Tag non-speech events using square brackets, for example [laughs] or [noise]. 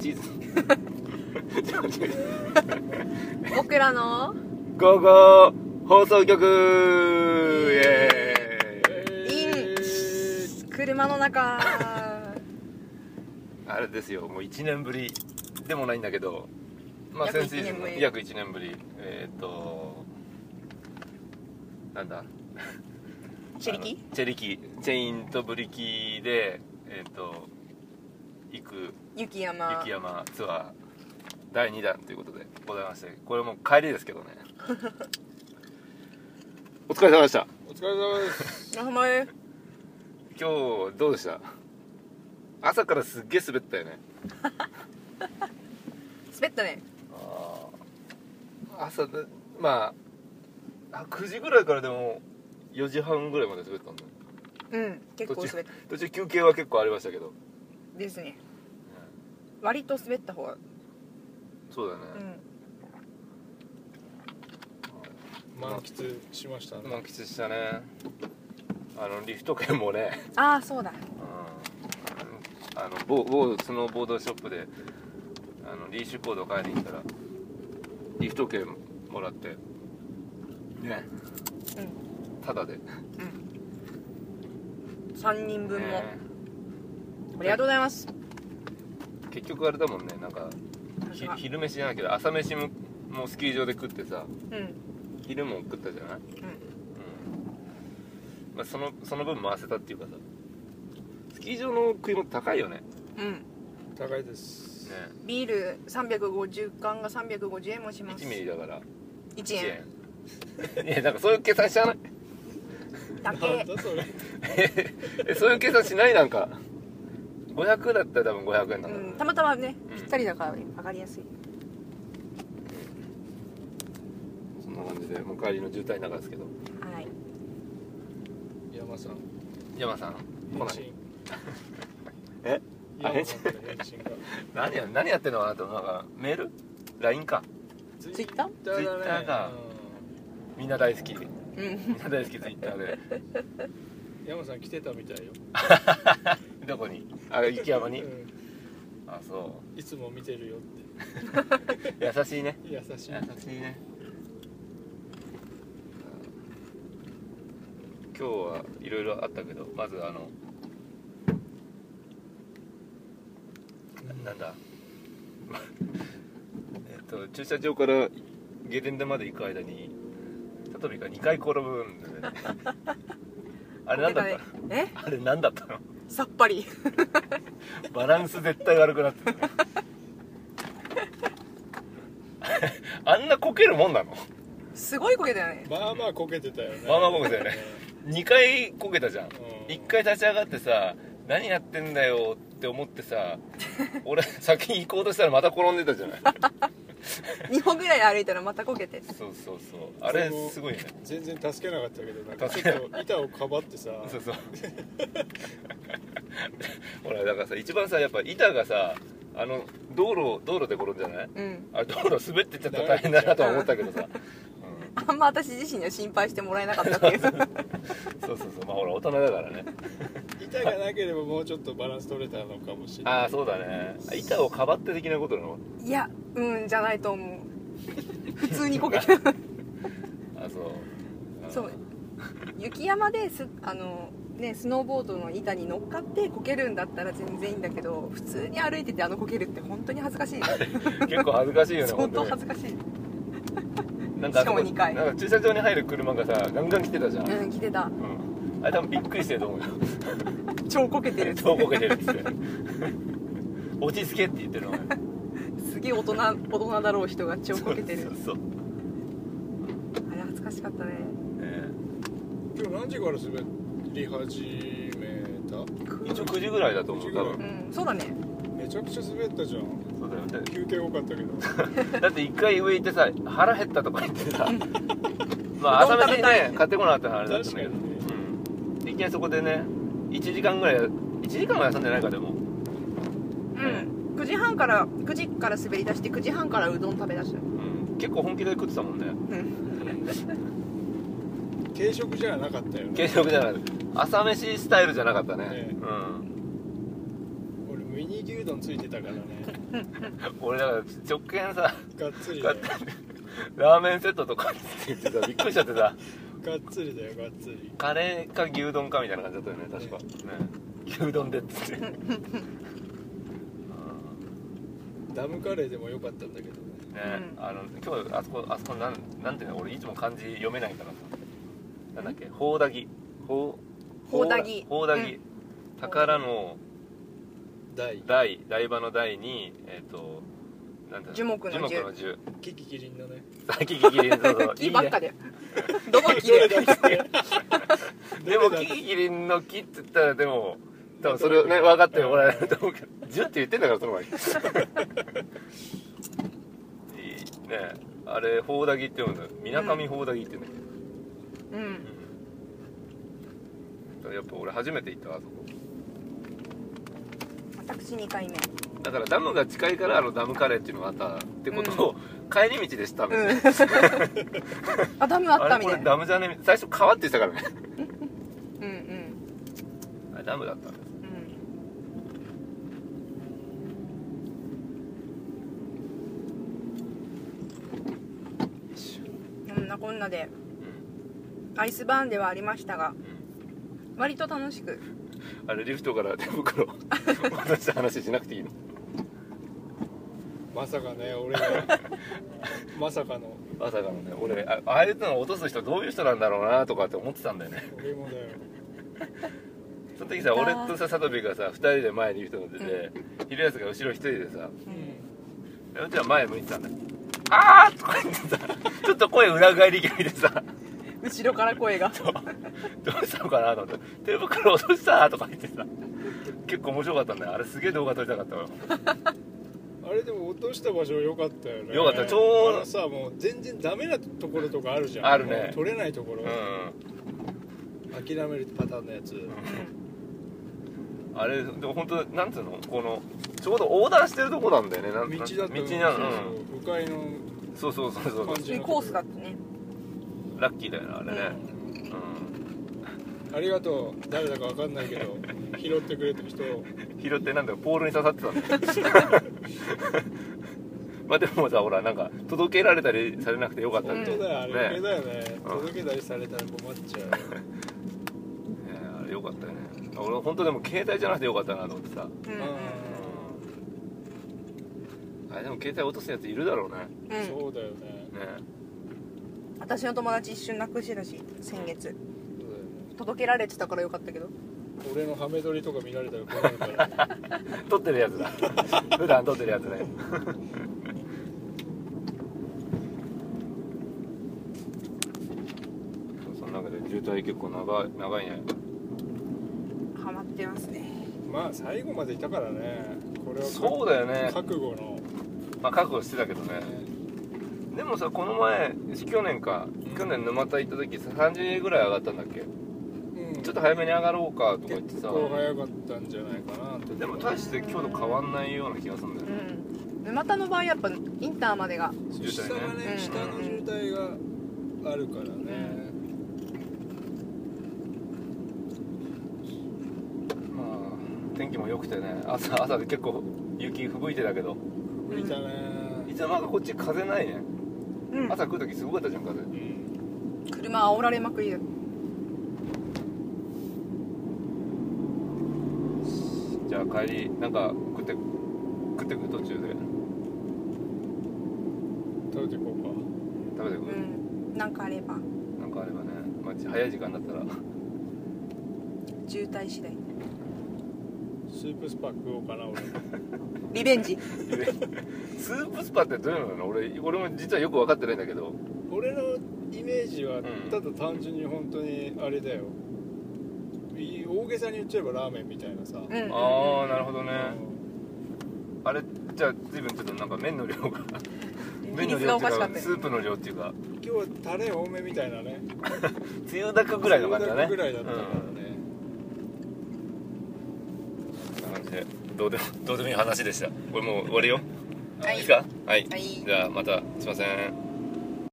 チーズちょっと待って僕らの午後放送局イエーイイン車 [laughs] の中あれですよもう1年ぶりでもないんだけどまあ約先シーズン一年ぶり約1年ぶりえーっ、となんだシェリキあのチェリキチェインとブリキでえーっ、と行く雪山雪山ツアー第2弾ということでございましてこれもう帰りですけどね [laughs] お疲れ様でしたお疲れ様ですラフマエ今日どうでした朝からすっげえ滑ったよね滑ったね朝でまああ9時ぐらいからでも4時半ぐらいまで滑ったんだようん結構途中滑った途中休憩は結構ありましたけどですね割と滑った方がそうだね、うん満喫しましたね、満喫したねあのリフト券もね、ああそうだうん、あの某某スノーボードショップであのリーシュコード買いに行ったらリフト券もらってねうんタダで、 3人分も、ねありがとうございます結局あれだもんねなんかひ昼飯じゃないけど朝飯ももうスキー場で食ってさうん昼も食ったじゃない、うんまあ、そのその分回せたっていうかさスキー場の食い物高いよねねうん高いです、ビール350缶が350円もします1ミリだから1円1円 [laughs] いやなんかそういう計算しちゃないだなけんだそれえそういう計算しないなんか500だったら多分500円だうから、んたまたまねうんぴったりだから分かりやすいそんな感じでもう帰りの渋滞の中ですけどはい山さん山さん来返ない信えあ山さんから返信が何や何やってんのかなとなんかメール LINE かツイッターだねツイッターかみんな大好きうんみんな大好きツイッターでうん山さん来てたみたいよどこにあ雪山にうんあそいつも見てるよっう優しいねて優しいしいね今日はいろいろあったけどまずあのなんだ [laughs] えっと駐車場からゲレンデまで行く間にサトミが2回転ぶんだ [laughs] よねあれなんだったのえあれなんだったのさっぱりバランス絶対悪くなってる [laughs] あんなこけるもんなのすごい焦げだよねまあまあこけてたよねまあまあこけてたよね2回こけたじゃんうん1回立ち上がってさ何やってんだよって思って [laughs] さ俺先に行こうとしたらまた転んでたじゃない [laughs] 2歩ぐらい歩いたらまた焦げてそうそうそうあれすごいね全然助けなかったけどなんか助ちけょなっと板をかばってさ [laughs] そうそうほらだからさ一番さやっぱ板がさあの道路道路で転んじゃないうんあれ道路滑ってっちゃったら大変だなとは思ったけどさ、うんあんま私自身には心配してもらえなかったっていう [laughs] そうそうそうまあほら大人だからね板がなければもうちょっとバランス取れたのかもしれないああそうだね板をかばって的なことなのいやうんじゃない [laughs] と思う普通に焦げたあそうあーそう雪山ですあのねスノーボードの板に乗っかってこけるんだったら全然いいんだけど普通に歩いててあのこけるって本当に恥ずかしい結構恥ずかしいよね相当本恥ずかしいになんかあそこしかも二回なんか駐車場に入る車がさガンガン来てたじゃん、うんうん着てたあれ多分びっくりしてると思うよ超こけてる遠こけてるっつって落ち着けって言ってるのすげえ大人大人だろう人が超こけてるそうそうそう、あれ恥ずかしかったねね今日何時から滑り始め一応9時ぐらいだと思う多9時う分んそうだねためちゃくちゃ滑ったじゃんそうだよだって休憩多かったけどだって一回上行ってさ腹減ったとか言ってさまあ朝飯にね買ってこなかったらあれだったんだけど、確かうん、いきなりそこでね1時間ぐらい1時間は休んでないかでもうん9時半から9時から滑り出して9時半からうどん食べ出したうん結構本気で食ってたもんねうん軽食じゃなかったよね軽食じゃない朝飯スタイルじゃなかったねねうん俺無ミニ牛丼ついてたからね俺だから直見さ [laughs] がっつりだがっよつりラーメンセットとかって言ってさびっくりしちゃってさがっつりだよがっつりカレーか牛丼かみたいな感じだったよね確かね牛丼でっつってうんダムカレーでもよかったんだけどねね、うあの今日あそこあそこなんなんていうの俺いつも漢字読めないからさなんだっけほうだぎほうほうだぎほうだぎ、う宝の大台台場の台にえっ、となんだ樹木の樹樹木の樹キキキリンのねさっき聞きりんそうそう [laughs] 木ばっかで [laughs] どこ木ででもどキれだキキリンの木って言ったらでも多分それをね分かってもらえると思うけど「じゅ」って言ってんだからその前に [laughs] いいねあれほうだぎって読むんだよみなかみほうだぎって言うんだけどうんうんやっぱ俺初めて行ったわあそこ私2回目だからダムが近いからあのダムカレーっていうのがあったってことを帰り道でしたみたいな、うん [laughs] あダムあっあたれこみれたいなダムじゃね最初川って言ってたからねうんうんあれダムだったんですうんこんなこんなでうんアイスバーンではありましたがうん割と楽しくあれリフトから手袋を渡した話しなくていいのまさかね俺がまさかのまさかのね俺あああいうのを落とす人どういう人なんだろうなとかって思ってたんだよね俺もだよその時さいた俺とさ佐藤がさ2人で前にリフト乗ってて昼やつが後ろ1人でさうんでうちは前向いてたんだよあーとか言ってさちょっと声裏返り気味でさ後ろから声がどうしたのかなと思って「手袋落とした!」とか言ってさ結構面白かったんだよあれすげえ動画撮りたかったわあれでも落とした場所良かったよね良かったちょうどあのさもう全然ダメなところとかあるじゃんあるねもう取れないところ、う諦めるパターンのやつ、んあれでも本当なんつうのこのちょうど横断してるとこなんだよねなん道だった道のなそうのうんそう迂回のそうそうそうそう感普じ通にコースだったねラッキーだよなあれねうん、ありがとう誰だか分かんないけ [laughs] ど拾ってくれた人拾ってなんだよポールに刺さってたんだよ [laughs] まあでもさほらなんか届けられたりされなくてよかった本って当だよあれ余ね計だよねうん届けたりされたら困っちゃねあれよかったよね俺本当でも携帯じゃなくてよかったなと思ってさうんう、あれでも携帯落とすやついるだろうねうんうんそうだよねね [laughs] 私の友達一瞬なくしてたし先月そうだよね届けられてたからよかったけど俺のハメ撮りとか見られたら困る [laughs] から撮ってるやつだ [laughs] 普段撮ってるやつね [laughs] その中で渋滞結構長い長いねハマってますねまあ最後までいたからねこれはそうだよね、覚悟のまあ、覚悟してたけどねでもさこの前去年か去年沼田行った時さ30円ぐらい上がったんだっけうんちょっと早めに上がろうかとか言って結さ構早かったんじゃないかなってでも大して今日と変わんないような気がするんだようね、ん沼田の場合やっぱインターまでが下渋が滞うねん下の渋滞があるからねまあ天気も良くてね朝朝で結構雪吹雪いてたけど降りたねいつの間にかこっち風ないねうん朝来る時すごかったじゃん風うん車煽られまくりだじゃあ帰りなんか食って食ってくる途中で食べていこう食かべてうくる、んなんかあればなんかあればね、まあ、早い時間だったら渋滞次第スープスパ食おうかな俺リベンジスープスパってどういうのなの俺俺も実はよく分かってないんだけど俺のイメージはんただ単純に本当にあれだよい大げさに言っちゃえばラーメンみたいなさ、うんうんああなるほどねうあれじゃあ随分ちょっとなんか麺の量 [laughs] が比麺の率量っがおていかしうかっかたよスープの量っていうかん今日はタレ多めみたいなね梅雨だくぐらいの感じだねぐらいだったからね、うん、そんな感じでどうでもどうでもいい話でしたこれもう終わりよはいいいですかはいはいじゃあまたすいません